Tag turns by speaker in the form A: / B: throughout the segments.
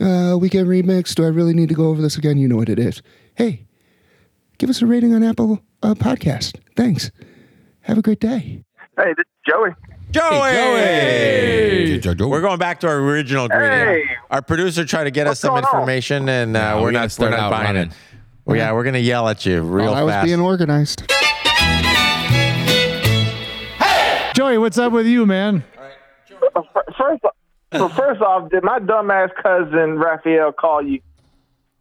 A: uh, Weekend Remix. Do I really need to go over this again? You know what it is. Hey, give us a rating on Apple uh, Podcast. Thanks. Have a great day.
B: Hey, this is Joey.
C: Joey!
D: Hey, Joey!
C: We're going back to our original green ale.
B: Hey!
C: Our producer tried to get us
B: What's
C: some
B: going on?
C: information, and uh,
D: we gotta
C: we're not, we're
D: start
C: not
D: out
C: buying
D: running.
C: it. Well, yeah, we're going to yell at
B: Oh,
C: you real
A: Well, I was
C: fast.
A: being organized.
E: Joey, what's up with you, man?
B: Uh, First, so first off, did my dumbass cousin Raphael call you?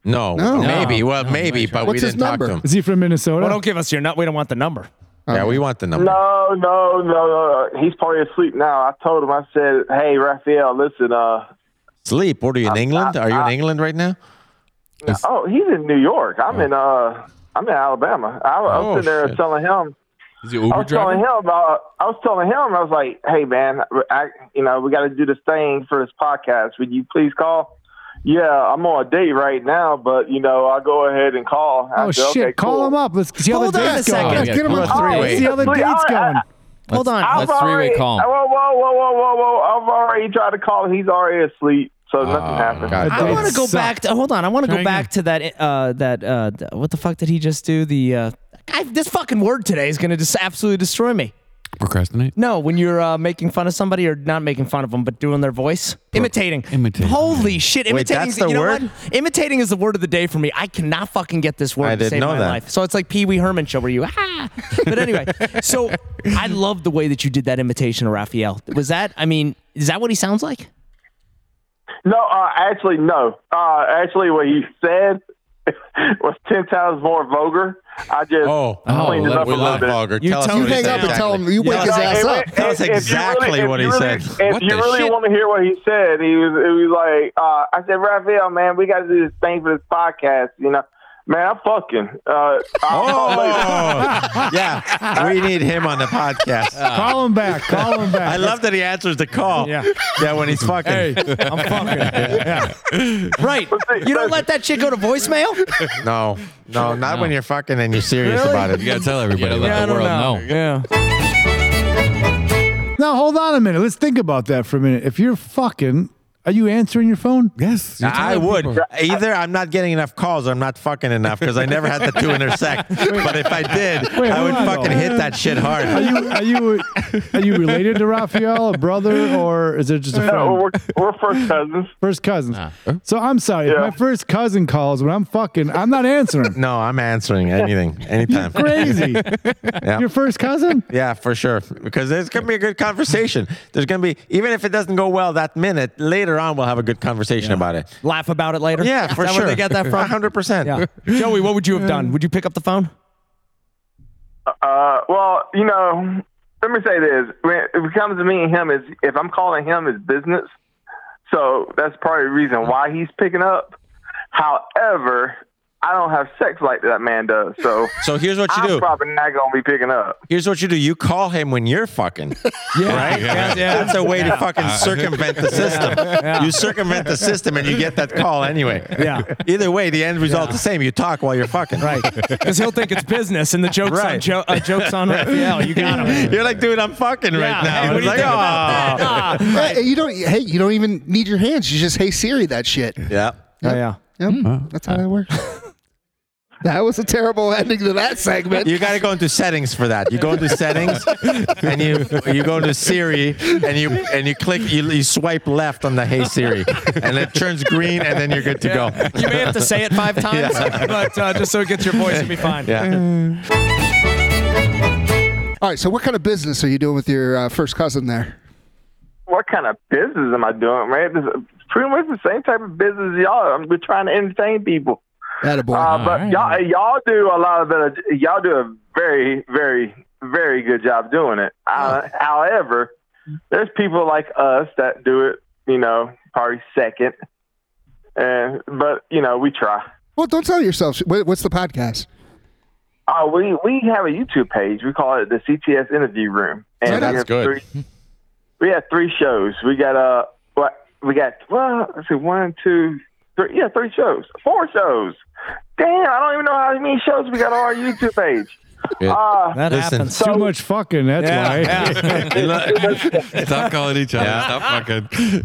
C: no,
A: No.
C: maybe.
D: No,
C: Well,
D: no,
C: maybe,
D: that's right.
C: but we
A: What's his
C: didn't talk to him.
A: number?
E: Is he from Minnesota?
F: Well, don't give us your nut. We don't want the number.
C: Yeah, we want the number.
B: No, no, no, no. He's probably asleep now. I told him. I said, "Hey, Raphael, listen. Uh,
C: Sleep. What are you in England? Are you in England right now?
B: oh, he's in New York. I'm in uh, I'm in Alabama. I, I was
D: Oh,
B: sitting there
D: shit.
B: telling him.
D: Is
F: Oh,
D: he Uber
B: I was telling
D: driver?
B: him about. I was telling him. I was like, "Hey, man, I, you know, we got to do this thing for this podcast. Would you please call?" Yeah, I'm on a date right now, but you know, I'll go ahead and call. I
E: oh
B: said,
E: shit!
B: "Okay,
E: Call
B: cool."
E: him up. Let's see how
F: Hold
E: the
F: on a
E: date's going.
F: second.
E: Let's get him on
C: Let's
E: the
C: do
E: phone.
C: a
E: Let's see how the
B: three-way.
E: date's going.
F: Hold on.
B: I've
D: Let's three-way
B: already-
D: call him.
B: Whoa, whoa, whoa, whoa, whoa, whoa! I've already tried to call. him. He's already asleep,
D: Ah,
B: so nothing happened.
D: God.
F: I want to go
E: Sucked.
F: back to hold on. I want to
E: Try
F: go back to that uh that uh th- what the fuck did he just do? The uh I, this fucking word today is gonna just absolutely destroy me.
D: Procrastinate.
F: No, when you're uh, making fun of somebody or not making fun of them, but doing their voice, imitating,
D: imitating.
F: Holy shit! Imitating.
C: that's the
F: you know
C: word?
F: What? Imitating is the word of the day for me. I cannot fucking get this word
C: I
F: to
C: didn't
F: save
C: know
F: my
C: that.
F: life. So it's like Pee Wee Herman show where you ah. But anyway, so I love the way that you did that imitation of Raphael. Was that? I mean, is that what he sounds like?
B: No, uh, actually, no. Uh, actually, what he said was ten times more vulgar. I just
C: Oh,
D: Oh,
B: cleaned it
D: let-
B: up a
C: we
D: love
B: little
C: love
B: bit.
C: Vulgar.
F: You
C: tell us
F: tell
C: what
A: You
F: me
C: he
A: hang
C: said
A: up and tell him.
C: exactly.
A: You wake his
B: No,
A: ass
B: it-
A: up.
B: it-
C: Tell us
B: if you
C: exactly
B: really- if
C: what he
B: you really-
C: said.
B: If
D: What
B: you
D: the
B: really
D: shit?
B: want to hear what he said, he was, it was like, uh, I said, Raphael, man, we got to do this thing for this podcast. You know, man, I'm fucking. Uh, I'll call later.
C: Oh, yeah. We need him on the podcast.
E: Call him back. Call him back.
C: uh, I love that he answers the call.
E: Yeah.
C: Yeah, when he's fucking.
E: I'm fucking. Yeah.
F: Right. You don't let that shit go to voicemail.
C: No, no, not when you're fucking and you're serious
F: Really?
C: about it.
D: You gotta tell everybody. Yeah, let
F: I
D: the
F: don't
D: world know.
F: know. Yeah.
E: Now hold on a minute. Let's think about that for a minute. If you're fucking, are you answering your phone?
D: Yes, you're
C: I
D: telling
C: would
D: people.
C: either. I'm not getting enough calls. or I'm not fucking enough because I never had the two intersect. But if I did,
E: Wait,
C: I
E: hold
C: would
E: on,
C: fucking
E: though.
C: hit that shit hard.
E: Are you are you are you related to Raphael, a brother, or is it just a friend?
B: No, we're, we're first cousins.
E: First cousins.
D: Ah.
E: So I'm sorry. If
B: Yeah.
E: my first cousin calls when I'm fucking, I'm not answering.
C: No, I'm answering anything, anytime.
E: Crazy.
C: Yeah.
E: Your first cousin?
C: Yeah, for sure. Because there's gonna be a good conversation. There's gonna be even if it doesn't go well that minute, later on we'll have a good conversation about it.
F: Laugh about it later.
C: Yeah,
F: Is
C: for
F: that
C: sure.
F: Where they get that from?
C: hundred percent.
F: Yeah. Joey, what would you have done? Would you pick up the phone?
B: Uh, well, you know, let me say this: when it comes to me and him, is if I'm calling him, it's business. So that's probably the reason why he's picking up. However, I don't have sex like that man does, so
C: So here's what you
B: I'm
C: do.
B: probably not gonna be picking up.
C: Here's what you do. You call him when you're fucking. Yeah. Right? That's, that's a way to fucking circumvent the system. You circumvent the system and you get that call anyway.
F: Yeah.
C: Either way, the end result's the same. You talk while you're fucking. Right.
F: Because he'll think it's business, and the joke's on
C: Right.
F: jo- uh, jokes on Raphael. You got him.
C: You're like, dude, I'm fucking right now.
F: Hey, what
C: It's
F: do you
C: like, oh,
F: think about
C: "Aw."
F: that? Ah.
A: Hey, you don't. Hey, you don't even need your hands. You just hey Siri that shit.
C: Yeah.
F: Oh, yeah.
A: Yep, that's how that works. that was a terrible ending to that segment.
C: You got to go into settings for that. You go into settings, and you you go into Siri, and you and you click you, you swipe left on the Hey Siri, and it turns green, and then you're good to go.
F: You may have to say it five times, but uh, just so it gets your voice, you'll be fine.
C: Yeah.
A: All right. So, what kind of business are you doing with your uh, first cousin there?
B: What kind of business am I doing, man? This is pretty much the same type of business y'all. I'm just trying to entertain people.
A: Attaboy.
B: Uh, but y'all, y'all do a lot of better. Y'all do a very, very, very good job doing it. Uh, however, there's people like us that do it, you know, probably second. And but you know, we try.
A: well, don't sell yourself. What, what's the podcast?
B: Uh, we we have a YouTube page. We call it the CTS Interview Room, and
A: that's
B: we have
D: good.
B: Three, we have three shows. We got uh, what we got? Well, let's see, one, two, three. Yeah, three shows, four shows. Damn, I don't even know how many shows we got on our YouTube page. Uh,
F: That
C: Listen.
F: happens.
E: Too much fucking. That's why.
D: Stop calling each other. Stop fucking.
B: So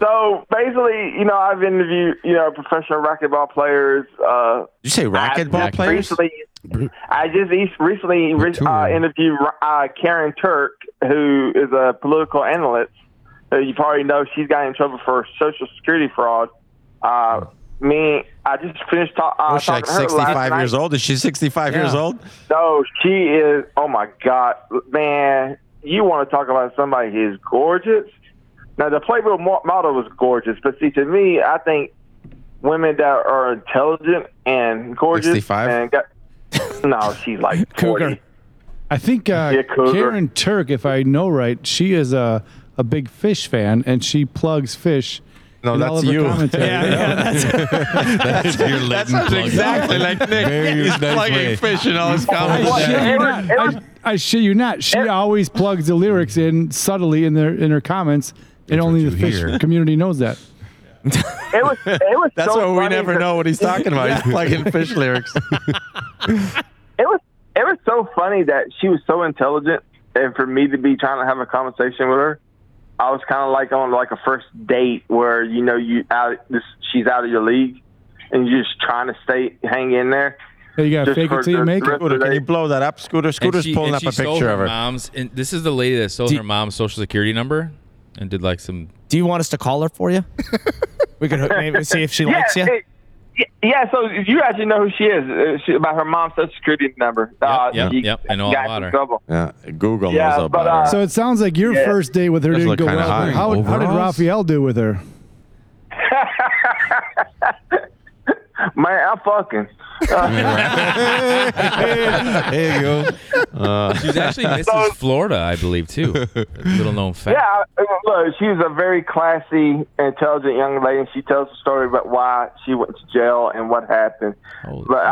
B: so basically, you know, I've interviewed, you know, professional racquetball players. Uh,
C: you say racquetball
B: I've
C: players?
B: Recently, I just eas- recently re- uh, interviewed uh, Karen Turk, who is a political analyst. Uh, you probably know she's got in trouble for social security fraud. Uh, me, I just finished ta- uh,
C: Was she
B: talking
C: like
B: to her last
C: 65 years
B: night.
C: old? Is she 65 years
F: Yeah.
C: old?
B: No, she is. Oh my God, man! You want to talk about somebody who's gorgeous? Now the Playboy mo- model was gorgeous, but see, to me, I think women that are intelligent and gorgeous
C: 65?
B: and got no, she's like
F: Cougar.
B: forty.
E: I think uh,
B: Yeah, Cougar.
E: Karen Turk, if I know right, she is a, a big fish fan, and she plugs fish.
C: No,
E: in all
C: that's
E: of her
C: you.
E: commentary.
D: That's your latent plug.
C: exactly like Nick.
D: Very
C: He's
D: nice
C: plugging
D: way.
C: fish in all his comments.
E: I
B: What?
E: shit you
B: Every-
E: not.
B: every-
E: I, I shit you not. She
B: Every-
E: always plugs the lyrics in subtly in their in her comments, and
D: That's
E: only
D: what you
E: the fish
D: hear.
E: community knows that.
B: It was. It was.
C: That's
B: so
C: why we
B: funny
C: never
B: to-
C: know what he's talking about. He's plugging fish lyrics.
B: It was. It was so funny that she was so intelligent, and for me to be trying to have a conversation with her, I was kind of like on like a first date where you know you out. This, she's out of your league, and you're just trying to stay hang in there.
E: Hey, you got to
B: Just
E: fake
B: for
E: it till you
B: the
E: make it.
B: rest-
C: Scooter, can you blow that up? Scooter,
G: And
C: Scooter's
G: she-
C: pulling
G: and
C: up
G: she
C: a
G: stole
C: picture of her.
G: Mom's, and this is the lady that stole
F: Do-
G: her mom's social security number and did like some.
F: Do you want us to call her for you? we could hook- maybe see if she likes you.
B: it- y- yeah, so you actually know who she is uh, she, about her mom's social security number. uh,
G: yep,
B: she
G: yep, I know
B: got
G: all about
B: in
G: her.
B: Trouble.
C: Yeah, Google
B: Yeah,
C: knows
B: but,
C: about
B: uh,
C: her.
E: So it sounds like your
B: Yeah.
E: first date with her
C: Does
E: didn't
C: look
E: go
C: kinda
E: well.
C: hot.
E: How, how did
D: Overalls?
E: Raphael do with her?
B: Man, I'm fucking. Uh,
D: There you go.
G: She's actually Mrs. Florida, I believe, too. Little known fact.
B: Yeah, I- look, she's a very classy, intelligent young lady, and she tells the story about why she went to jail and what happened.
G: Holy
B: But uh,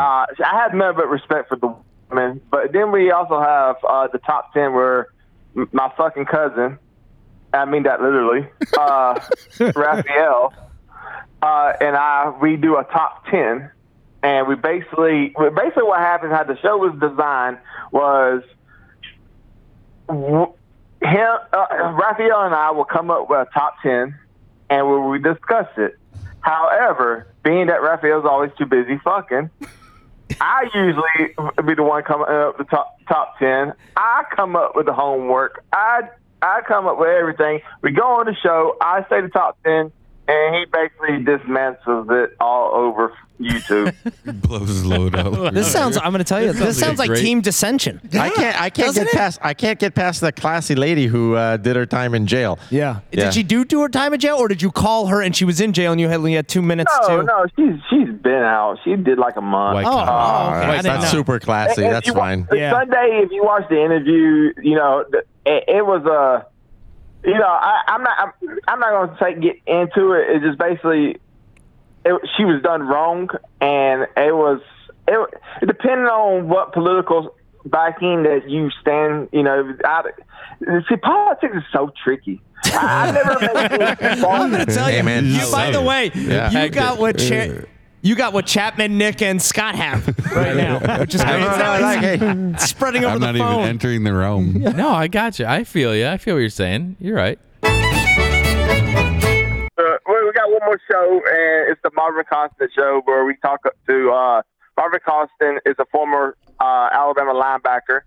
B: I have none but respect for the woman. But then we also have uh, the top ten where m- my fucking cousin, I mean that literally, uh, Raphael, uh, and I we do a top ten, and we basically well, basically what happened how the show was designed was. w- Him, uh, Raphael and I will come up with a top ten, and we we discuss it. However, being that Raphael's always too busy fucking, I usually be the one coming up with the top top ten. I come up with the homework. I I come up with everything. We go on the show. I say the top ten, and he basically dismantles it all over YouTube.
D: Blows his load up.
F: This sounds. I'm going to tell you. This sounds
G: sounds like
F: like
G: a great-
F: team dissension.
C: I can't. I can't
F: Doesn't
C: get
F: it?
C: past. I can't get past the classy lady who uh, did her time in jail.
F: Yeah.
C: Yeah.
F: Did she do do her time in jail, or did you call her and she was in jail and you had only had two minutes
B: no,
F: to?
B: no, she's she's been out. She did like a month. Uh,
G: White
F: Oh,
G: collar.
F: oh, okay. I
C: Uh, that's
F: didn't
C: not
F: know.
C: super classy.
B: If
C: That's
B: you wa-
C: fine.
B: the
F: Yeah.
B: Sunday, if you watch the interview, you know th- it, it was a. You know, I, I'm not. I'm, I'm not going to say get into it. It's just basically, it, she was done wrong, and it was. It, it depending on what political backing that you stand. You know, I, see, politics is so tricky. I, I never. make
F: I'm going to tell you.
C: Hey, man, I
F: you by
C: love
F: the
C: it.
F: way,
C: Yeah.
F: you
C: Hectic.
F: got what Cha- you got what Chapman, Nick, and Scott have right now, which is
C: I
F: great.
C: don't know, like, hey,
F: It's spreading over
D: I'm
F: the
D: not
F: phone.
D: even entering the realm.
G: No, I got you. I feel you. I feel what you're saying. You're right.
B: uh, we we got one more show, and it's the Marvin Constant show where we talk up to uh, Marvin Constant is a former uh, Alabama linebacker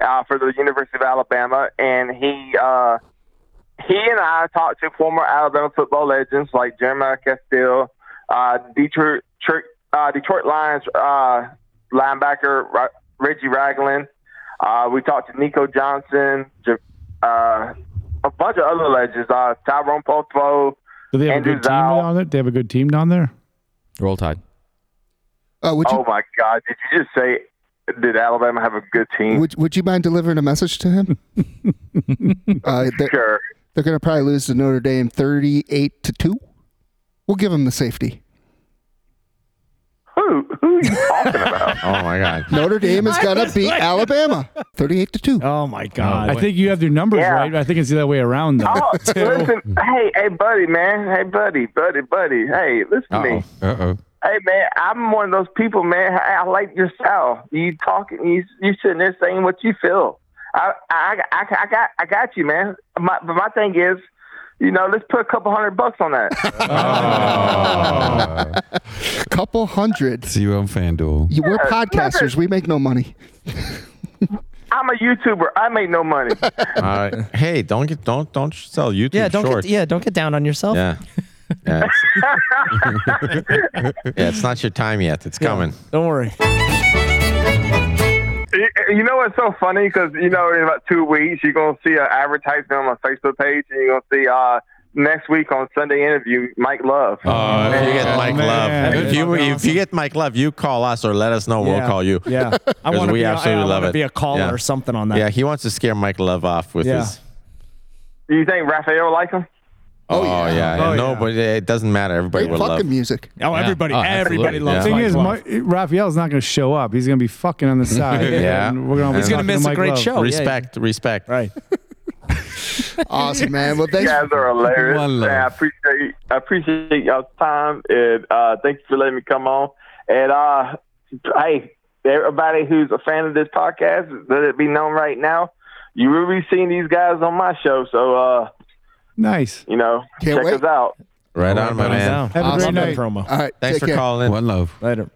B: uh, for the University of Alabama, and he uh, he and I talked to former Alabama football legends like Jeremiah Castile, uh, Detroit Tr- uh, Detroit Lions uh, linebacker Ra- Reggie Ragland. Uh, we talked to Nico Johnson, J- uh, a bunch of other legends, uh, Tyrone Pothole,
E: Do they have
B: Andrew
E: a good team
B: Zao.
E: down there? They have a good team down there.
G: Roll Tide.
A: Uh, would you
B: Oh my God! Did you just say did Alabama have a good
C: Oh.
B: team?
A: would, would you mind delivering a message to him? uh, they're,
B: sure.
A: they're going to probably lose to Notre Dame 38 to 2. We'll give them the safety.
B: Who who are you talking about?
C: oh my god.
A: Notre Dame is going to beat Alabama 38 to 2.
F: Oh my God!
E: I think you have your numbers
B: Yeah.
E: right. I think it's the other way around though.
B: Oh, listen, hey, hey, buddy, man, hey, buddy, buddy, buddy, hey, listen to me,
D: Uh oh.
B: hey, man, I'm one of those people, man. I, I like your style. You talking, you you sitting there saying what you feel. I I I, I got I got you, man. My, but my thing is, You know, let's put a couple hundred bucks on that.
C: Oh.
A: Couple hundred.
D: See you on FanDuel.
A: You- We're podcasters. We make no money.
B: I'm a YouTuber. I make no money.
C: All right. Hey, don't get don't don't sell YouTube
F: Yeah, don't
C: shorts.
F: get yeah, don't get down on yourself.
C: yeah. Yeah, it's- Yeah, it's not your time yet. It's coming.
F: Don't worry.
B: You- eh, You know what's so funny? Because you know, in about two weeks, you're gonna see an advertisement on my Facebook page, and you're gonna see uh, next week on Sunday interview Mike Love.
C: Oh, if you get Mike
E: man.
C: Love, if you
F: That'd be
C: if you get Mike Love, you call us or let us know. We'll
F: Yeah.
C: call you.
E: Yeah.
F: I
C: 'Cause
F: want to
C: we
F: be,
C: absolutely
F: I, I
C: love
F: wanna
C: it.
F: be a caller
C: Yeah.
F: or something on that.
C: Yeah, he wants to scare Mike Love off with
E: Yeah.
C: his.
B: Do you think Raphael like him?
C: Oh, yeah, yeah.
E: Oh,
C: no,
E: yeah.
C: but it doesn't matter. Everybody
A: Great
C: will
A: fucking
C: love.
A: music.
F: Oh, everybody,
G: Oh,
F: everybody
G: absolutely.
F: loves.
E: Thing
F: Mike
E: is,
F: Love.
E: my, Raphael's not going to show up. He's going to be fucking on the side.
C: Yeah.
E: and we're gonna
C: He's
E: going
F: gonna
E: to
F: miss a great show. Oh, yeah,
C: Respect, respect.
F: right.
A: Awesome, man. Well, thanks.
B: You guys are hilarious.
D: One love.
B: Man, I appreciate I appreciate y'all's time, and uh, thank you for letting me come on. And uh, hey, everybody who's a fan of this podcast, let it be known right now, you will be seeing these guys on my show. So uh,
E: Nice.
B: you know,
A: Can't
B: check
A: wait.
B: us out.
C: Right on, my man.
F: Down.
E: Have
A: Awesome.
E: a
F: Love
E: great
F: that
E: night.
F: promo.
A: All right.
C: Thanks
A: take
C: for
A: care.
C: calling.
D: One love.
F: Later.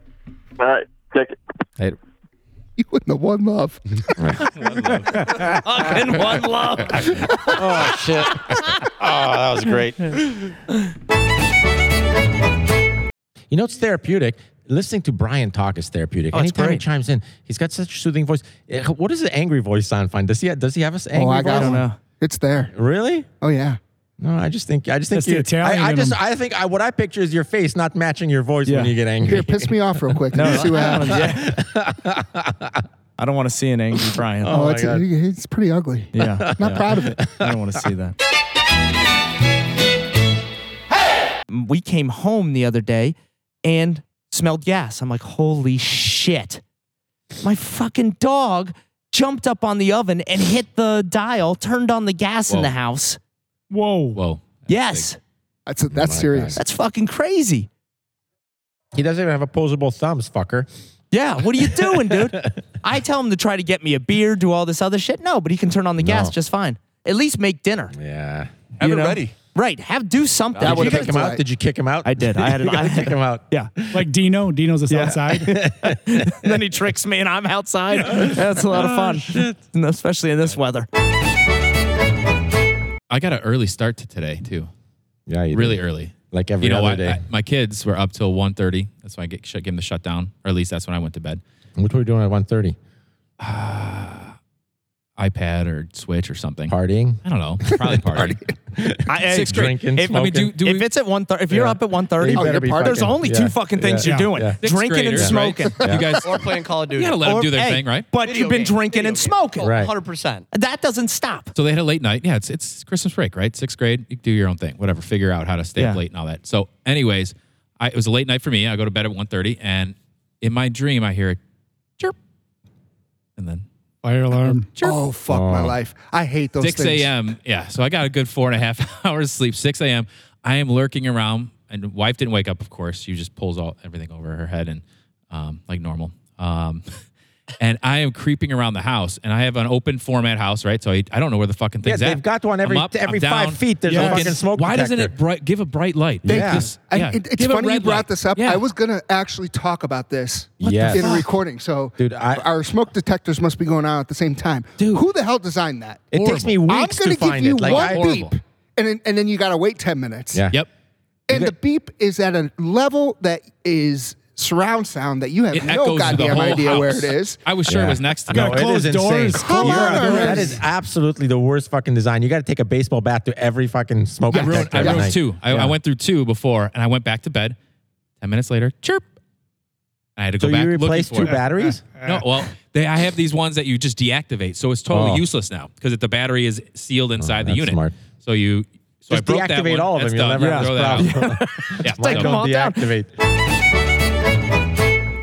B: All right, check it.
C: Later.
A: You and the one love.
F: Fucking one love.
C: Oh shit. oh, that was great. you know it's therapeutic. Listening to Brian talk is therapeutic.
F: it's
C: Anytime he
F: great.
C: chimes in, he's got such a soothing voice. Eh, What does the angry voice sound fine? Does he does he have us angry?
A: Oh, I got
C: voice?
A: one.
F: know.
A: It's there.
C: Really?
A: Oh yeah.
C: No, I just think I just think
E: That's the
C: you-
E: Italian
C: I, I
E: in
C: just
E: him.
C: I think I, what I picture is your face not matching your voice when
E: Yeah.
C: you get angry.
A: Here, piss me off real quick. and you see what happens.
F: I don't want to see an angry Brian.
A: Oh,
C: my
A: it's,
C: God.
A: it's pretty ugly.
F: Yeah.
A: Not proud of it.
F: I don't want to see that. We came home the other day and smelled gas. I'm like, holy shit. My fucking dog jumped up on the oven and hit the dial, turned on the gas in
G: Whoa.
F: the house.
E: Whoa.
G: Whoa.
F: Yes.
A: That's that's serious.
F: That's fucking crazy.
C: He doesn't even have opposable thumbs, fucker.
F: Yeah, what are you doing, dude? I tell him to try to get me a beer, do all this other shit. No, but he can turn on the gas
C: No.
F: just fine. At least make dinner.
C: Yeah.
F: you
D: it
F: know?
D: ready.
F: Right. Have do something.
C: Did you
A: would've
C: kick
A: been
C: him out?
A: tight.
C: Did you kick him out?
F: I did. I had
C: you
F: an-
C: gotta
F: I-
C: kick him out.
F: yeah.
H: Like Dino. Dino's just outside.
F: then he tricks me and I'm outside. That's a lot of fun. And Especially in this weather.
H: I got an early start to today too.
C: Yeah, you
H: Really
C: did.
H: early.
C: Like every
H: you know,
C: other
H: I,
C: day.
H: I- my kids were up till 1.30. That's when I get, shut- gave them the shutdown, or at least that's when I went to bed.
C: What were we doing at 1.30?
H: iPad or Switch or something.
C: Partying?
H: I don't know. Probably party.
F: I,
H: Sixth grade.
C: Drinking,
H: If- I mean, do,
C: smoking.
H: do
F: if
H: we,
F: it's at one thirty, if you're
C: Yeah.
F: up at one
C: You
F: thirty,
A: Oh,
C: better
A: you're
C: be
A: part-
F: there's
C: fucking-
F: only
C: yeah.
F: two fucking things
H: Yeah.
F: you're doing:
C: Yeah.
H: Sixth
F: drinking and
H: grader. Yeah.
F: smoking.
H: you guys,
I: or playing Call of
H: you
I: Duty.
H: gotta let them
F: Or-
H: do their
F: hey,
H: thing, right?
F: But
I: Video
F: you've been
I: game,
F: drinking
I: video
F: and
I: game.
F: smoking.
C: Right.
I: Hundred percent.
F: That doesn't stop.
H: So they had a late night. Yeah, it's it's Christmas break, right? Sixth grade, you do your own thing, whatever. Figure out how to stay
F: Yeah.
H: up late and all that. So, anyways, I, it was a late night for me. I go to bed at 1.30, and in my dream, I hear a chirp, and then
E: Fire alarm.
A: Oh fuck my life. I hate those
H: 6
A: things.
H: a.m. Yeah, so I got a good four and a half hours sleep. 6 a.m. I am lurking around, and wife didn't wake up. Of course, she just pulls all everything over her head and um, like normal. Um, and I am creeping around the house, and I have an open format house, right? So I, I don't know where the fucking
C: Yeah,
H: things.
C: they've
H: at.
C: got one
H: I'm
C: every-
H: up,
C: every
H: I'm
C: five
H: down,
C: feet, there's a
H: looking.
C: fucking smoke
H: Why doesn't
C: detector.
H: it bright, give a bright light?
C: Yeah.
H: Just-
A: I,
H: yeah,
A: it- it's
H: give a
A: funny you
H: red
A: brought
H: light.
A: this up.
H: Yeah.
A: I was gonna actually talk about this
C: Yes.
A: in a
C: fuck?
A: recording. So,
C: Dude, I-
A: our smoke detectors must be going out at the same time. Dude, who the hell designed that?
C: It takes me
H: Horrible.
A: I'm
C: weeks
A: gonna
C: to find
A: give you
C: it. Like,
A: one
C: I,
H: Horrible.
A: beep, and then, and then you gotta wait ten minutes.
C: Yeah.
H: Yep.
A: and the beep is at a level that is surround sound that you have
H: It echoes
A: no
H: through the
A: goddamn
H: whole
A: idea
H: house.
A: where it is.
H: I was sure
C: Yeah.
H: it was next to me.
C: no, it is insane.
A: Come
C: You're-
A: on already.
C: that is absolutely the worst fucking design. You got to take a baseball bat to every fucking smoke
H: I ruined,
C: detector.
H: I
C: at
H: ruined
C: night.
H: two. I,
C: Yeah.
H: I went through two before, and I went back to bed. Ten minutes later, chirp. And I had to go
C: So
H: back.
C: you
H: looking
C: replaced
H: for
C: two
H: it.
C: batteries?
H: No, well, they, I have these ones that you just deactivate, so it's totally
C: Oh.
H: useless now because the battery is sealed inside the
C: that's
H: unit.
C: smart.
H: So you so I
C: Just
H: broke that
C: deactivate
H: one.
C: all of
H: That's
C: them. You'll
H: done.
C: never have this
H: Throw
C: problem.
H: that out. yeah,
C: Like,
H: so-
C: don't
F: all down.
C: deactivate.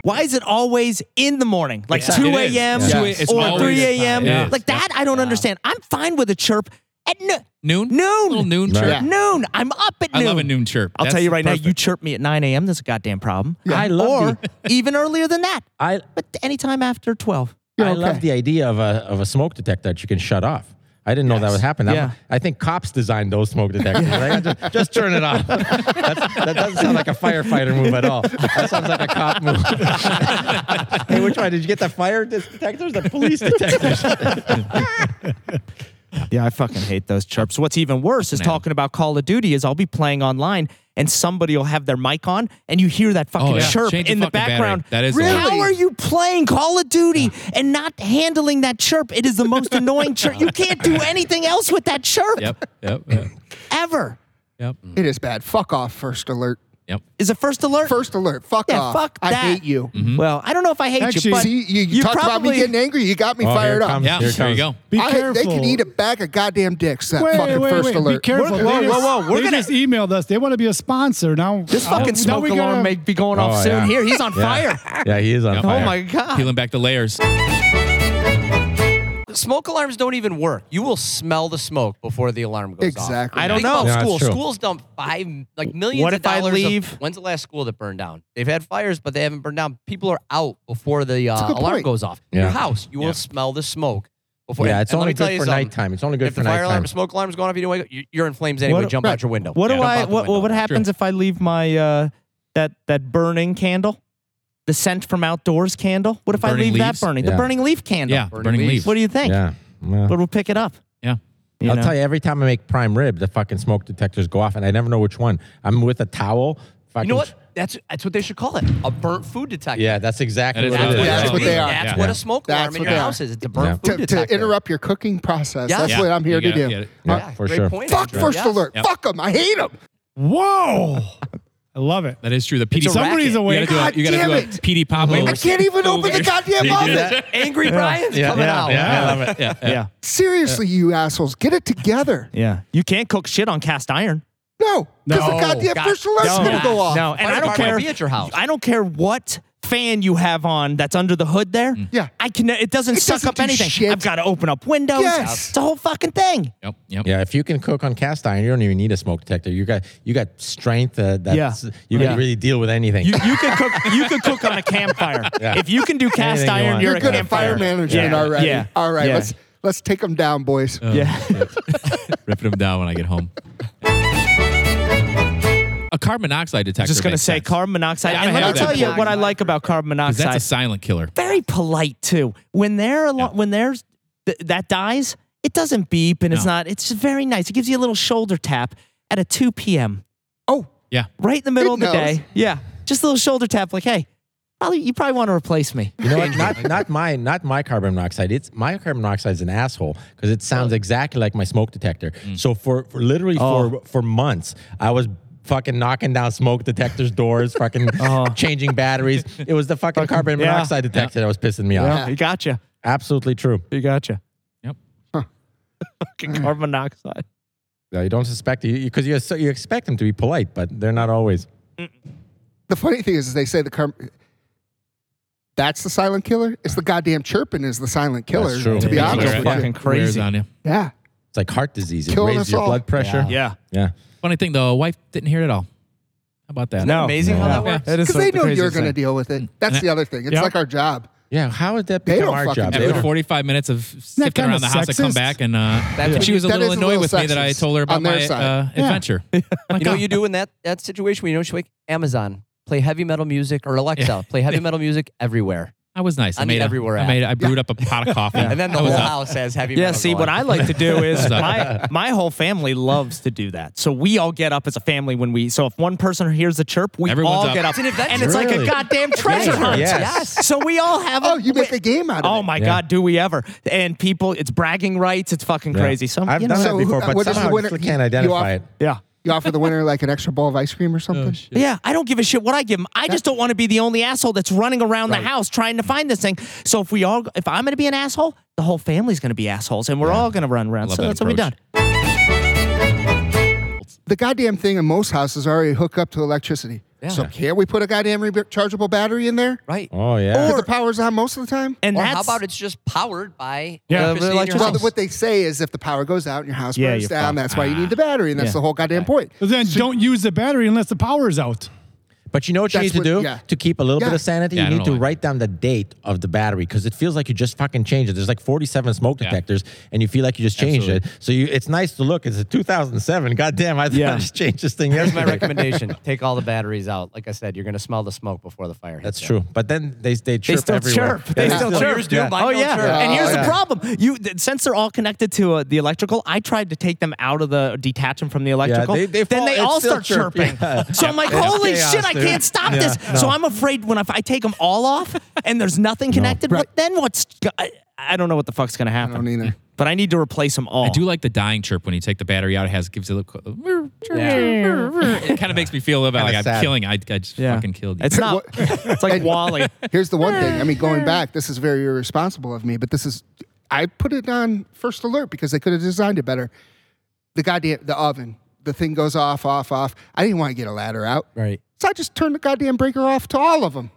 F: Why is it always in the morning, like
H: Yeah.
F: two
H: It is.
F: a.m.
H: Yeah. Two- it's
F: or
H: always
F: three
H: the time.
F: a.m.
H: It is.
F: Like that, I don't understand. I'm fine with a chirp at no-
H: noon,
F: Noon.
H: little noon
C: Right.
H: chirp.
A: Yeah.
F: noon. I'm up at
H: I
F: noon.
H: love a noon chirp.
F: I'll
H: That's
F: tell you right now, you
H: perfect.
F: chirp me at 9 a.m. That's a goddamn problem.
C: I love
F: or
C: the,
F: even earlier than that,
C: I,
F: but anytime after 12.
C: I love
A: okay.
C: the idea of a, of a smoke detector that you can shut off. I didn't know that would happen. That
F: Yeah.
C: I think cops designed those smoke detectors. Like, just, just turn it off. That's, that doesn't sound like a firefighter move at all. That sounds like a cop move. hey, which one? Did you get the fire detectors? The police detectors?
F: Yeah, I fucking hate those chirps. What's even worse is talking about Call of Duty is I'll be playing online and somebody will have their mic on and you hear that fucking
H: Oh, yeah.
F: chirp
H: Change the
F: in the
H: fucking battery.
F: background.
H: That is the
F: really?
H: worst.
F: How are you playing Call of Duty and not handling that chirp? It is the most annoying chirp. You can't do anything else with that chirp
H: Yep. Yep. Yep.
F: ever.
H: Yep.
A: It is bad. Fuck off, first alert.
H: yep.
F: Is it first alert?
A: First alert. Fuck
F: Yeah,
A: off.
F: fuck
A: I
F: that.
A: hate you.
C: Mm.
F: Well, I don't know if I hate
E: Actually,
F: you, but
A: Mm-hmm. See, you, you,
F: you
A: talked about me
F: probably-
A: getting angry. You got me fired up.
H: Yeah.
C: Oh, Here it
H: There you go.
C: comes.
E: Be
A: I-
E: careful.
A: They can eat a bag of goddamn dicks. That fucking first alert.
E: Be careful.
F: We're- whoa,
E: They just-
F: whoa, whoa. We're
E: they
F: gonna-
E: just emailed us. They want to be a sponsor. Now
A: Oh,
F: this
E: now-
F: fucking
E: now
F: smoke
E: we
F: alarm
E: gotta-
F: may be going off
C: Oh,
F: soon.
C: yeah.
F: Here, he's on
C: Yeah.
F: fire.
C: Yeah, he is on
H: Yep.
C: fire.
F: Oh my god.
H: Peeling back the layers.
I: Smoke alarms don't even work. You will smell the smoke before the alarm goes off.
A: Exactly.
F: I don't
I: Think
F: know.
I: about
C: Yeah, that's
I: school.
C: true.
I: Schools dump five like millions.
F: What
I: of
F: if I
I: dollars of-
F: leave?
I: when's the last school that burned down? They've had fires, but they haven't burned down. People are out before the uh,
A: good
I: alarm
A: point.
I: goes off.
C: Yeah.
I: Your house, you
H: Yeah.
I: will smell the smoke before.
C: Yeah,
I: and-
C: it's
I: and let
C: only
I: me tell
C: good
I: you
C: for
I: something.
C: nighttime. It's only good
I: if
C: for
I: the fire
C: nighttime.
I: alarm, smoke alarm's going off, you know what? You- You're in flames anyway.
F: What-
I: jump
F: right.
I: out your window.
F: What do
I: Jump
F: I?
I: out
F: What,
I: the
F: what
I: window.
F: what happens if I leave my uh, that that burning candle, the scent from outdoors candle? What if I
H: Burning
F: leave
H: leaves?
F: that burning?
C: Yeah.
F: The burning leaf candle.
H: Yeah. Burning, leaves.
F: What do you think?
C: Yeah. Well,
F: But we'll pick it up.
H: yeah.
F: You
C: I'll
F: know?
C: tell you, every time I make prime rib, the fucking smoke detectors go off, and I never know which one. I'm with a towel.
I: You
C: fucking-
I: know what? That's that's what they should call it. A burnt food detector.
C: Yeah, that's exactly
H: That is
C: what
H: what
C: it is.
H: it is.
A: That's what they are.
I: That's
H: Yeah.
I: what
H: Yeah.
I: a smoke
A: That's
I: alarm in
A: what
I: your
A: they are.
I: house is. It's a burnt
C: Yeah.
I: food
A: to, to
I: detector.
A: interrupt your cooking process.
I: Yeah.
A: That's
I: Yeah.
A: what I'm here
H: You
A: to
H: gotta
A: do.
H: get it.
C: Yeah,
I: Yeah,
C: for
I: great
C: sure.
I: point,
A: Fuck
I: Andrew.
A: first
I: Yeah.
A: alert.
H: Yep.
A: Fuck them. I hate them.
E: Whoa! I love it.
H: That is true. The PD.
E: Somebody's
I: racket.
E: awake.
H: You gotta do a, you gotta
A: God
H: do a
A: damn it.
H: PD Pablo.
A: I can't even open the goddamn oven.
I: Angry Brian's coming
F: yeah,
I: out.
H: Yeah, I love it. Yeah, yeah.
F: Yeah.
A: Seriously, you assholes, get it together.
F: Yeah. You can't cook shit on cast iron.
A: No, because
F: No.
A: the goddamn
I: God-
A: first alert's
F: No.
A: gonna go off.
F: No. And
I: Fire
F: I don't
I: guard might
F: care.
I: be at your house.
F: I don't care what fan you have on that's under the hood there.
A: Yeah.
F: I can. It doesn't
A: It
F: suck
A: doesn't
F: up
A: do
F: anything.
A: shit.
F: I've got to open up windows.
A: Yes.
F: It's the whole fucking thing.
H: Yep, yep.
C: Yeah, if you can cook on cast iron, you don't even need a smoke detector. You got you got strength. Uh, that's,
F: Yeah.
C: you
F: Yeah.
C: can really deal with anything.
F: You, you can cook. You can cook on a campfire.
C: Yeah.
F: If you can do cast
C: Anything you
F: iron,
C: want.
F: you're,
A: You're
F: a
A: good at
F: campfire.
A: fire management
F: Yeah.
A: already.
F: Yeah.
A: All right,
F: Yeah.
A: let's let's take them down, boys.
H: Uh.
F: Yeah.
H: ripping them down when I get home. A carbon monoxide detector.
F: just gonna
H: makes
F: say
H: sense,
F: carbon monoxide.
H: Yeah, I
F: and let
H: have
F: me
H: that
F: tell you
I: too.
F: what I like about carbon
H: 'cause
F: monoxide.
H: That's a silent killer.
F: Very polite too. When they're alo- when there's th- that dies, it doesn't beep and it's
H: No.
F: not. It's just very nice. It gives you a little shoulder tap at a 2 p.m.
A: Oh,
H: Yeah.
F: right in the middle
A: It
F: of the
A: knows.
F: day. Yeah, just a little shoulder tap. Like, hey, probably you probably want to replace me.
C: You know what? Not not my not my carbon monoxide. It's my carbon monoxide is an asshole because it sounds exactly like my smoke detector.
F: Mm.
C: So for, for literally
F: Oh.
C: for for months, I was fucking knocking down smoke detectors doors, fucking changing batteries. It was the fucking carbon
F: Uh-huh. yeah.
C: monoxide detector that was pissing me off.
F: Oh, he gotcha.
C: Absolutely true.
F: He gotcha.
H: Yep.
F: Fucking carbon monoxide.
C: Yeah, You don't suspect because you, so you expect them to be polite, but they're not always.
A: the funny thing is, is they say the car- that's the silent killer. It's the goddamn chirping is the silent killer.
C: That's true.
A: To be
C: Yeah.
A: honest
H: Killer,
A: with
H: yeah.
A: you,
F: Fucking crazy.
H: Wears on you.
A: yeah.
C: It's like heart disease. It
A: Killing us
C: raises your
A: all.
C: blood pressure.
F: Yeah.
C: Yeah.
H: Funny thing though, wife didn't hear it at all. How about that?
F: No.
I: Amazing how that
H: Yeah.
I: works.
E: That is
A: Because they
E: the
A: know you're
E: craziest
A: going to
E: thing.
A: deal with it. That's the other thing. It's
E: Yeah.
A: like our job.
C: Yeah. How would that
A: They
C: become
A: don't
C: our
A: fucking
C: job?
A: do
C: They
A: it.
H: After
C: don't-
H: 45 minutes of sifting
E: kinda
H: around the house, I come
E: sexist?
H: back and uh,
I: That's
H: she was a
A: that
H: little
A: is a
H: annoyed
A: little
H: with me that I
A: sexist
H: told her about
A: on their
H: my
A: side.
H: uh,
E: Yeah.
H: adventure.
I: You know what you do in that that situation when you know she's like Amazon, play heavy metal music or Alexa, play heavy metal music everywhere.
H: I was nice. I,
I: I mean,
H: made a-
I: everywhere
H: I
I: at.
H: made. a- I brewed up a pot of coffee.
I: And then the
H: I
I: whole
H: was up.
I: house has heavy
F: Yeah,
I: metal.
F: see,
I: going.
F: what I like to do is
H: So-
F: my my whole family loves to do that. So we all get up as a family when we. So if one person hears a chirp, we
H: Everyone's
F: all
H: up.
F: get up,
H: It's
I: an adventure.
F: and it's like a
C: Really?
F: goddamn treasure
C: Yes.
F: hunt.
C: Yes.
F: So we all have.
A: Oh,
F: a,
A: you make a game out of it.
F: Oh my god, do we ever? And people, it's bragging rights. It's fucking
C: Yeah.
F: crazy. So
C: I've
F: you know,
C: done
A: So
C: that
A: who-
C: before,
A: what
C: but
A: is the
C: somehow I
A: winner?
C: still
A: You- you
C: can't identify
A: off-
C: it.
F: yeah.
A: You offer the winner like an extra ball of ice cream or something.
F: Yeah, I don't give a shit what I give them. I just don't want to be the only asshole that's running around the house trying to find this thing. So if we all, if I'm going to be an asshole, the whole family's going to be assholes, and we're all going to run around.
H: Love
F: So
H: that
F: that's what we
H: approach.
F: done.
A: The goddamn thing in most houses already hooked up to electricity. So can't we put a goddamn rechargeable battery in there?
I: right.
C: Oh yeah.
A: Because the power's on most of the time.
F: And
I: Or
F: that's
I: how about it's just powered by
F: Yeah,
I: electricity in your
F: electricity.
A: Well,
I: house?
A: what they say is if the power goes out and your house
F: Yeah,
A: burns
F: you're
A: down,
F: fucked.
A: that's why you need the battery, and that's
F: Yeah.
A: the whole goddamn point.
E: But then don't use the battery unless the power's out.
C: But you know what you
A: That's
C: need to
A: what-
C: do
A: yeah.
C: to keep a little
A: Yeah.
C: bit of sanity.
H: Yeah, I
C: you
H: don't
C: need to
H: know why.
C: write down the date of the battery because it feels like you just fucking changed it. There's like 47 smoke
H: Yeah.
C: detectors, and you feel like you just changed
H: Absolutely.
C: it. So you, it's nice to look. It's a 2007. God damn, I thought
E: Yeah.
C: I just changed this thing.
I: Here's my
C: yesterday.
I: recommendation: take all the batteries out. Like I said, you're gonna smell the smoke before the fire.
C: That's
I: hits you.
C: true. But then they they chirp
F: still
C: everywhere.
F: chirp. They
C: Yeah.
F: still chirp.
I: Yours do,
C: Yeah.
I: mine
F: Oh
I: don't
F: yeah,
I: chirp.
F: and
A: Oh,
F: here's
A: yeah.
F: the problem: you th- since they're all connected to uh, the electrical, I tried to take them out of the detach them from the electrical.
C: they- they
F: then
C: fall-
F: they
C: it's
F: all
C: still
F: start
C: chirp,
F: chirping.
C: yeah.
F: So I'm like,
C: It's
F: holy
C: chaos,
F: shit, I
C: dude.
F: can't stop
C: Yeah,
F: this. So
C: no.
F: I'm afraid when if I take them all off and there's nothing connected, what then what's? go- I, I don't know what the fuck's gonna
A: I don't
F: happen.
A: either.
F: But I need to replace them all.
H: I do like the dying chirp when you take the battery out. It has gives it a little. It kind of makes me feel about like
C: Kinda
H: I'm
C: sad.
H: killing. I, I just
F: Yeah.
H: fucking killed you.
F: It's not. it's like Wally.
A: Here's the one thing. I mean, going back, this is very irresponsible of me, but this is I put it on first alert because they could have designed it better. The goddamn the oven, the thing goes off, off, off. I didn't want to get a ladder out,
I: Right.
A: so I just turned the goddamn breaker off to all of them.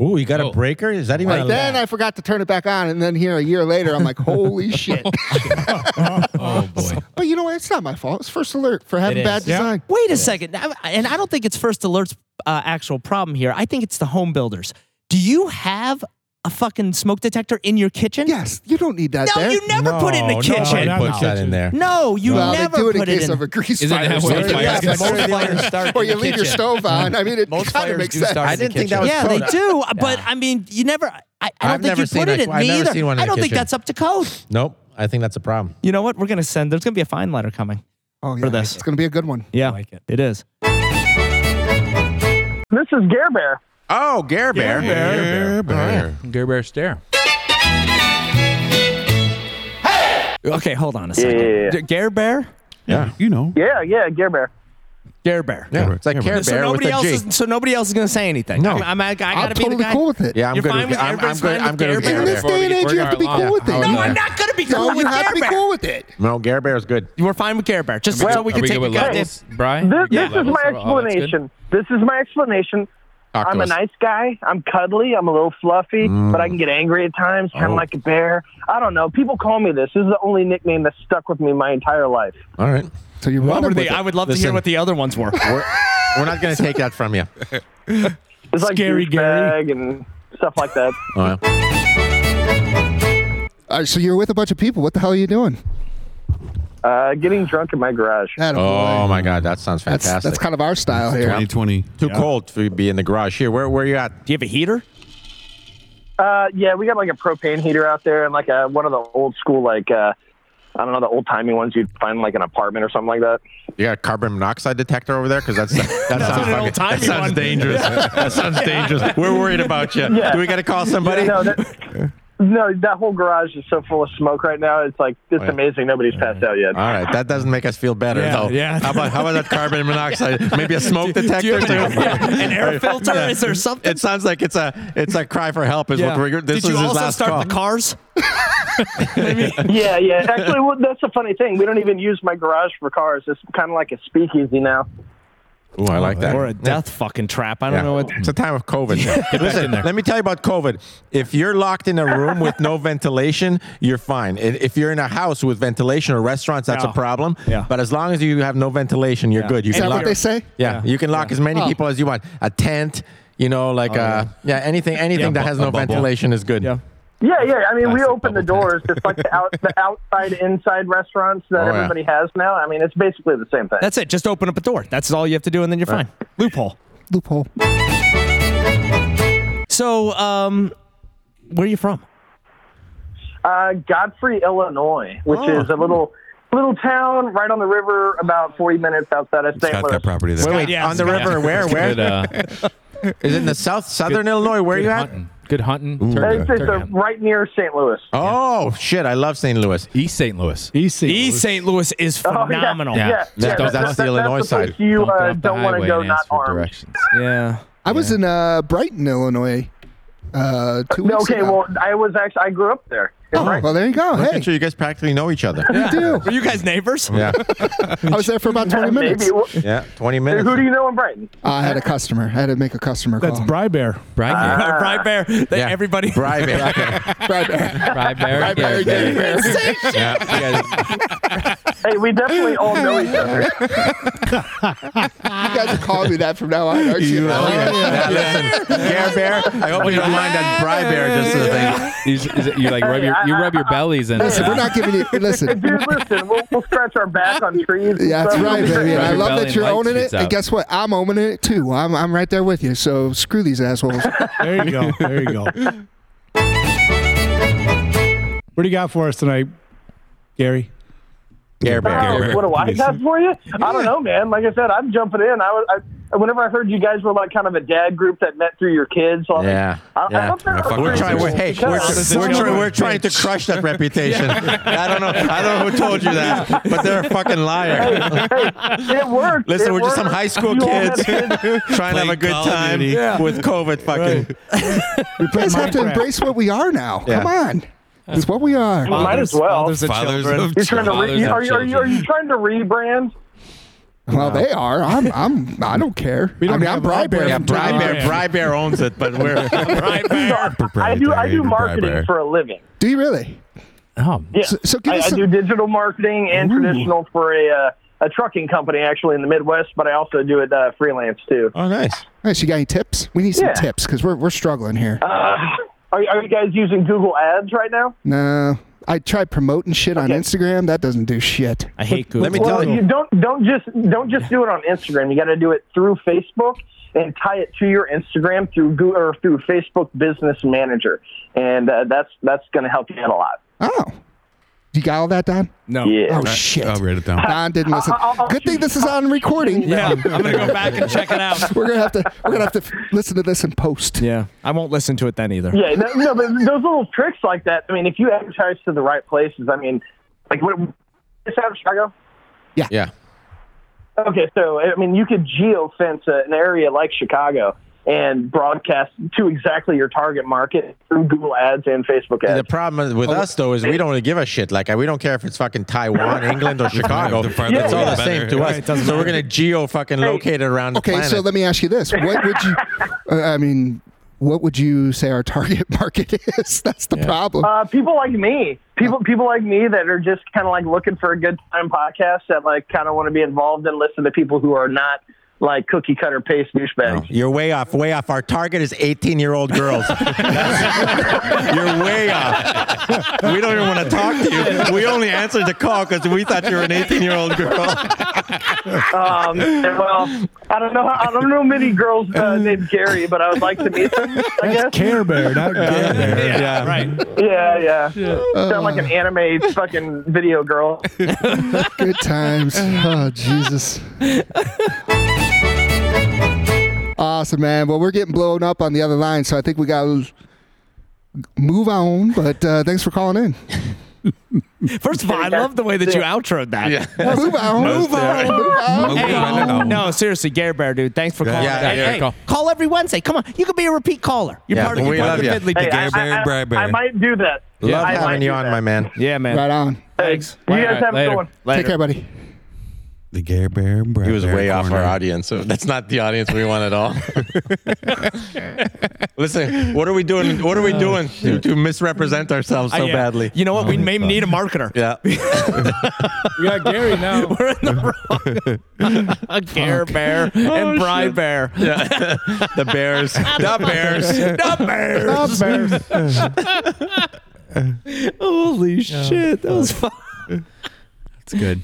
C: Ooh, you got a
H: Oh.
C: breaker? Is that even?
A: But
C: a-
A: then I forgot to turn it back on, and then here a year later, I'm like, holy shit!
H: oh boy.
A: but you know what? It's not my fault. It's first alert for having
I: It
A: bad
I: is.
A: design.
F: Wait a second, I- and I don't think it's First Alert's uh, actual problem here. I think it's the home builders. Do you have a fucking smoke detector in your kitchen?
A: Yes, you don't need that
F: No,
A: there.
F: you never put it in the
C: Oh, No,
F: kitchen.
C: Nobody
F: No,
C: puts that in there.
F: you
A: well,
F: never
A: they do it in
F: put it
A: case
F: in.
A: of a grease
H: Isn't
A: fire.
H: that
A: or
H: what
A: something.
H: fire
A: Yeah,
H: is?
A: most
I: fires start
A: or
I: in
A: you
I: the
A: leave your
I: kitchen.
A: stove on. I mean, it
I: Most
A: kind of
I: fires
A: makes
I: do
A: sense.
I: start.
C: I
I: in the
C: didn't think that
I: kitchen.
C: was
F: yeah, they
C: code.
F: do. uh, But I mean, you never. I, I don't
C: I've
F: think
C: never
F: you
C: seen
F: put it
C: that.
F: in.
C: I've
F: me
C: never
F: either.
C: seen one in
F: I
C: the
F: don't think
C: kitchen.
F: that's up to code.
C: Nope. I think that's a problem.
F: You know what? We're gonna send. There's gonna be a fine letter coming.
A: Oh, yeah.
F: for this.
A: It's going to be a good one.
F: Yeah, it. it is.
B: This is Gare Bear.
D: Oh, Gare Bear. Gare Bear.
G: Gare Bear stare.
F: Okay, hold on a second.
B: Yeah.
F: D- Gare Bear,
D: Yeah.
E: You know.
B: Yeah, yeah, Gare Bear.
F: Gare Bear.
D: Yeah.
C: It's like
D: Yeah,
C: Care
D: but-
F: So
C: Bear with
F: nobody
C: a
F: else.
C: G.
F: Is, so nobody else is gonna say anything. No, I'm, I'm, I am i
A: I'm
F: got to be the
A: totally
F: guy.
A: cool with it.
D: Yeah, I'm
F: You're
D: good.
F: fine
D: with-
F: with-
D: I'm, I'm
F: everybody's
D: good.
F: fine with
D: I'm good.
F: Gare
D: with
F: Bear?
D: Gare
A: In this
D: Bear.
A: day and age, you have to be
D: Yeah.
A: cool with it.
D: No,
F: No,
D: Yeah.
F: I'm not gonna be cool
A: No,
F: with
A: you have
F: Gare
A: to be
F: Bear.
A: cool with it.
C: No, Gare Bear is good.
F: We're fine with Gare Bear. Just so we
G: Are we
F: can take
G: good
F: the
G: with
F: goddamn.
G: levels, Brian?
B: This,
G: We good
B: this is
G: levels?
B: my
G: Oh, that's good.
B: explanation. This is my explanation.
D: Talk to
B: I'm a
D: us.
B: nice guy. I'm cuddly. I'm a little fluffy, but I can get angry at times, kind of
D: Oh.
B: like a bear. I don't know. People call me this. This is the only nickname that stuck with me my entire life.
C: All right.
A: So you
F: What
A: run
F: were
A: with
F: they?
A: it.
F: I would love to hear
C: Listen.
F: what the other ones were.
C: We're, we're not going to take that from you.
B: It's like
F: Scary Gary.
B: douchebag and stuff like that.
C: All right.
A: Uh, so you're with a bunch of people. What the hell are you doing?
B: Uh, getting drunk in my garage.
A: Attaboy.
C: Oh, my God. That sounds
A: that's
C: fantastic.
A: that's kind of our style here.
D: 2020.
C: Too cold to be in the garage here. Where, where you at?
F: Do you have a heater?
B: Uh, yeah, we got like a propane heater out there and like a, one of the old school, like, uh, I don't know, the old timey ones you'd find in, like an apartment or something like that.
C: You got a carbon monoxide detector over there? Because that's that sounds,
F: an
C: fucking,
F: old-timey
C: that sounds
F: one.
C: dangerous. that sounds dangerous. We're worried about you.
B: Yeah.
C: Do we got to call somebody?
B: No, that, no, that whole garage is so full of smoke right now. It's like just
C: yeah.
B: amazing. Nobody's passed out yet.
C: All right, that doesn't make us feel better
F: Yeah,
C: though.
F: yeah.
C: How about how about that carbon monoxide? Maybe a smoke detector.
F: An air filter?
C: Yeah.
F: Is there something?
C: It sounds like it's a it's a cry for help. Is what we're this
F: Did you
C: is his
F: also
C: last
F: start
C: call.
F: the cars?
B: Yeah, yeah. Actually, well, that's the funny thing. We don't even use my garage for cars. It's kind of like a speakeasy now.
C: Ooh, I like that.
F: Or a death fucking trap? I don't
C: Yeah.
F: know what.
C: It's a time of COVID. Listen, let me tell you about COVID. If you're locked in a room with no ventilation, you're fine. And If you're in a house with ventilation or restaurants, that's
F: Yeah.
C: a problem.
F: Yeah.
C: But as long as you have no ventilation, you're
F: Yeah.
C: good. You
A: Is that what
C: lock-
A: they say?
C: Yeah, you can lock as many
A: Oh.
C: people as you want. A tent, you know, like uh, yeah, anything, anything that
G: bu-
C: has
G: a
C: no
G: bubble.
C: ventilation is good.
F: Yeah.
B: Yeah, yeah. I mean, we
G: Classic
B: open the
G: bubble
B: doors just like the, out, the outside inside restaurants that
C: Oh, yeah.
B: everybody has now. I mean, it's basically the same thing.
F: That's it. Just open up a door. That's all you have to do, and then you're fine. Loophole.
A: Loophole.
F: So, um, where are you from?
B: uh, Godfrey, Illinois, which is a little little town right on the river, about forty minutes outside of
D: It's
B: St.
D: got
B: Louis.
D: that property there.
C: Wait, wait,
F: Yeah,
C: on the
F: yeah.
C: river, where, where?
G: Good, uh,
C: Is it in the south, southern Illinois? Where are you
G: good
C: at?
G: hunting. Good hunting.
B: It's,
G: Turkey-
B: it's
G: turkey
B: uh,
G: hunting.
B: right near St. Louis.
C: Oh shit, I love St. Louis.
G: East St. Louis.
E: East St.
F: East St. Louis is
B: Oh, yeah,
F: phenomenal.
B: Yeah, yeah,
C: Yeah, that's the Illinois
B: that's the place
C: side.
B: You
G: Don't get
B: uh,
G: off the
B: don't want to
G: highway
B: go
G: and
B: not
G: ask for
B: armed.
G: directions.
F: Yeah.
A: I was in uh, Brighton, Illinois, uh, two
B: No,
A: weeks
B: okay,
A: ago.
B: well, I was actually I grew up there. Yeah,
C: Oh,
B: right.
A: Oh, Well, there you go.
C: Look
A: Hey,
C: at you. You guys practically know each other.
A: you do.
F: Are you guys neighbors?
C: Yeah.
A: I was there for about 20
B: Maybe.
A: minutes. Ah,
B: Who
C: Yeah. 20
B: do
C: minutes.
B: you know in Brighton?
A: I had a customer. I had to make a customer
E: That's
A: call.
E: Bry Bear.
J: Brian,
F: right there. That Everybody.
C: Bribe it.
A: Right there.
H: Brian Barry.
A: Right there,
H: Gary
A: Gary Bear.
C: Oh,
H: Bear. You guys-
B: Hey, we definitely all know each other.
A: You guys are calling me that from now on, aren't you?
C: Yeah, listen, Gare Bear, I hope you don't mind that Bry Bear just so they
H: You just- is it- you like rub your you rub your bellies uh, in.
A: Listen, we're not giving you. Listen,
B: Dude, listen, we'll, we'll scratch our back on trees. and
A: Yeah, that's
B: stuff.
A: right,
B: It'll be
A: baby. And
B: great.
A: I
H: Your
A: love
H: belly
A: that you're
H: and light
A: owning it.
H: shoots
A: And
H: out.
A: guess what? I'm owning it too. I'm, I'm right there with you. So screw these assholes.
E: There you go. There you go. What do you got for us tonight, Gary?
C: Gare
B: Wow,
C: Bear.
B: "Oh, what do I got for you? I don't know, man. Like I said, I'm jumping in. I, was- I whenever I heard you guys were like kind of a dad group that met through your kids, so I'm like,
C: Yeah.
B: I, I
C: yeah.
B: thought that was
C: We're
B: pretty
C: trying.
B: cool
C: We're, hey, we're,
B: because-
C: we're, trying, we're trying to crush that reputation. I don't know. I don't know who told you that, but they're a fucking liar.
B: it worked.
C: Listen,
B: It
C: we're just some
B: worked.
C: high school
B: You all
C: kids
B: had
C: trying to have a good time with COVID. Fucking
A: You guys have to
E: Minecraft.
A: embrace what we are now.
C: Yeah.
A: Come on. It's what we are.
B: You might as well.
E: Fathers of
I: Fathers
E: children.
I: of
B: You're trying to
H: Fathers
B: re-
H: have
B: are, you, are, you, are
H: children.
B: you trying to rebrand?
A: Well, they are. I'm. I'm. I don't care.
E: don't
A: I mean, I'm
E: have our
A: Bry Bear.
E: brand.
C: yeah,
A: from
C: Bry
A: Turkey.
C: Bear. Bry Bear owns it, but we're
B: I do. I do
I: Proprietary
B: marketing
I: proprietary.
B: for a living.
A: Do you really?
H: Oh,
B: Yeah,
A: So- so give
B: I,
A: us
B: I
A: some-
B: do digital marketing and traditional for a uh, a trucking company actually in the Midwest, but I also do it uh, freelance too.
C: oh nice.
A: Nice. You got any tips? We need some
B: Yeah.
A: tips because we're we're struggling here.
B: Are, are you guys using Google Ads right now?
A: no. I tried promoting shit on
B: Okay.
A: Instagram. That doesn't do shit.
F: I hate Google.
C: Let me
B: Well,
C: tell
B: you
C: you.
B: don't don't just don't just do it on Instagram. You got to do it through Facebook and tie it to your Instagram through Google or through Facebook Business Manager, and uh, that's that's going to help you out a lot.
A: Oh. You got all that, Don?
I: No.
B: Yeah.
A: Oh shit.
I: I'll write it down.
A: Don didn't listen.
B: I'll- I'll-
A: Good thing this is on recording.
F: Yeah, I'm gonna go back and check it out.
A: We're gonna have to we're gonna have to f- listen to this and post.
F: Yeah, I won't listen to it then either.
B: Yeah, no, no, but those little tricks like that. I mean, if you advertise to the right places, I mean, like what is out of Chicago?
C: Yeah.
B: Okay, so I mean, you could geo fence an area like Chicago and broadcast to exactly your target market through Google Ads and Facebook
C: The
B: Ads.
C: problem with
I: Oh,
C: us though is we don't really give a shit. Like we don't care if it's fucking Taiwan, England, or Chicago.
I: The farther
C: it's all
I: away,
C: the
I: the
C: same
I: better.
C: to
I: Right, it
C: us.
I: doesn't
C: So we're gonna geo fucking locate it around the
A: Okay,
C: planet.
A: so let me ask you this: What would you? uh, I mean, what would you say our target market is? That's the problem.
B: Uh, people like me, people people like me that are just kind of like looking for a good time podcast that like kind of want to be involved and listen to people who are not like cookie cutter paste douchebags.
C: You're way off, way off. Our target is 18 year old girls. That's- You're way off. We don't even want to talk to you. We only answered the call because we thought you were an 18 year old girl.
B: Um, and, well, I don't know, how, I don't know many girls uh, named Gary, but I would like to meet them. I guess.
E: Care Bear, not Gare Bear.
F: right.
B: Yeah, yeah. Sound like
C: Uh.
B: an anime fucking video girl.
A: Good times. Oh Jesus. Awesome, man. Well, we're getting blown up on the other line, so I think we got to move on. But uh, thanks for calling in.
F: First of all, I love the way that you outroed that.
A: move on. Move on. Move on.
I: Okay, I
F: Hey,
I: know.
F: no, seriously, Gare Bear, dude. Thanks for calling.
C: Yeah,
F: back.
C: yeah,
F: hey,
H: call.
F: call. every Wednesday. Come on, you can be a repeat caller. You're
C: Yeah,
F: part of, you're
C: we
F: part of
C: love
F: the
C: ya.
F: Fiddly Dick.
I: Hey,
B: I,
I: Gare Bear
B: I-
I: and Bri Bear.
B: I might do that.
C: Love
B: I might
C: having
B: do
C: you on,
B: that.
C: my man.
F: Yeah, man.
A: Right on.
B: Thanks. You guys have a
H: later.
B: good one.
A: Take care, buddy.
I: The Gare Bear and Bri
C: He was
I: Bear
C: way off
I: corner.
C: our audience. So that's not the audience we want at all. Listen, what are we doing? What are we doing to, to misrepresent ourselves so
F: Oh, Uh, Yeah.
C: badly?
F: You know what? we may
I: fuck.
F: need a marketer.
C: Yeah.
E: We got Gary now.
F: We're in the wrong. a Gare Bear and Bri Bear.
C: Oh, the Bears. The Bears.
F: The Bear.
A: Love bears.
F: Holy shit, that was fun.
H: it's good.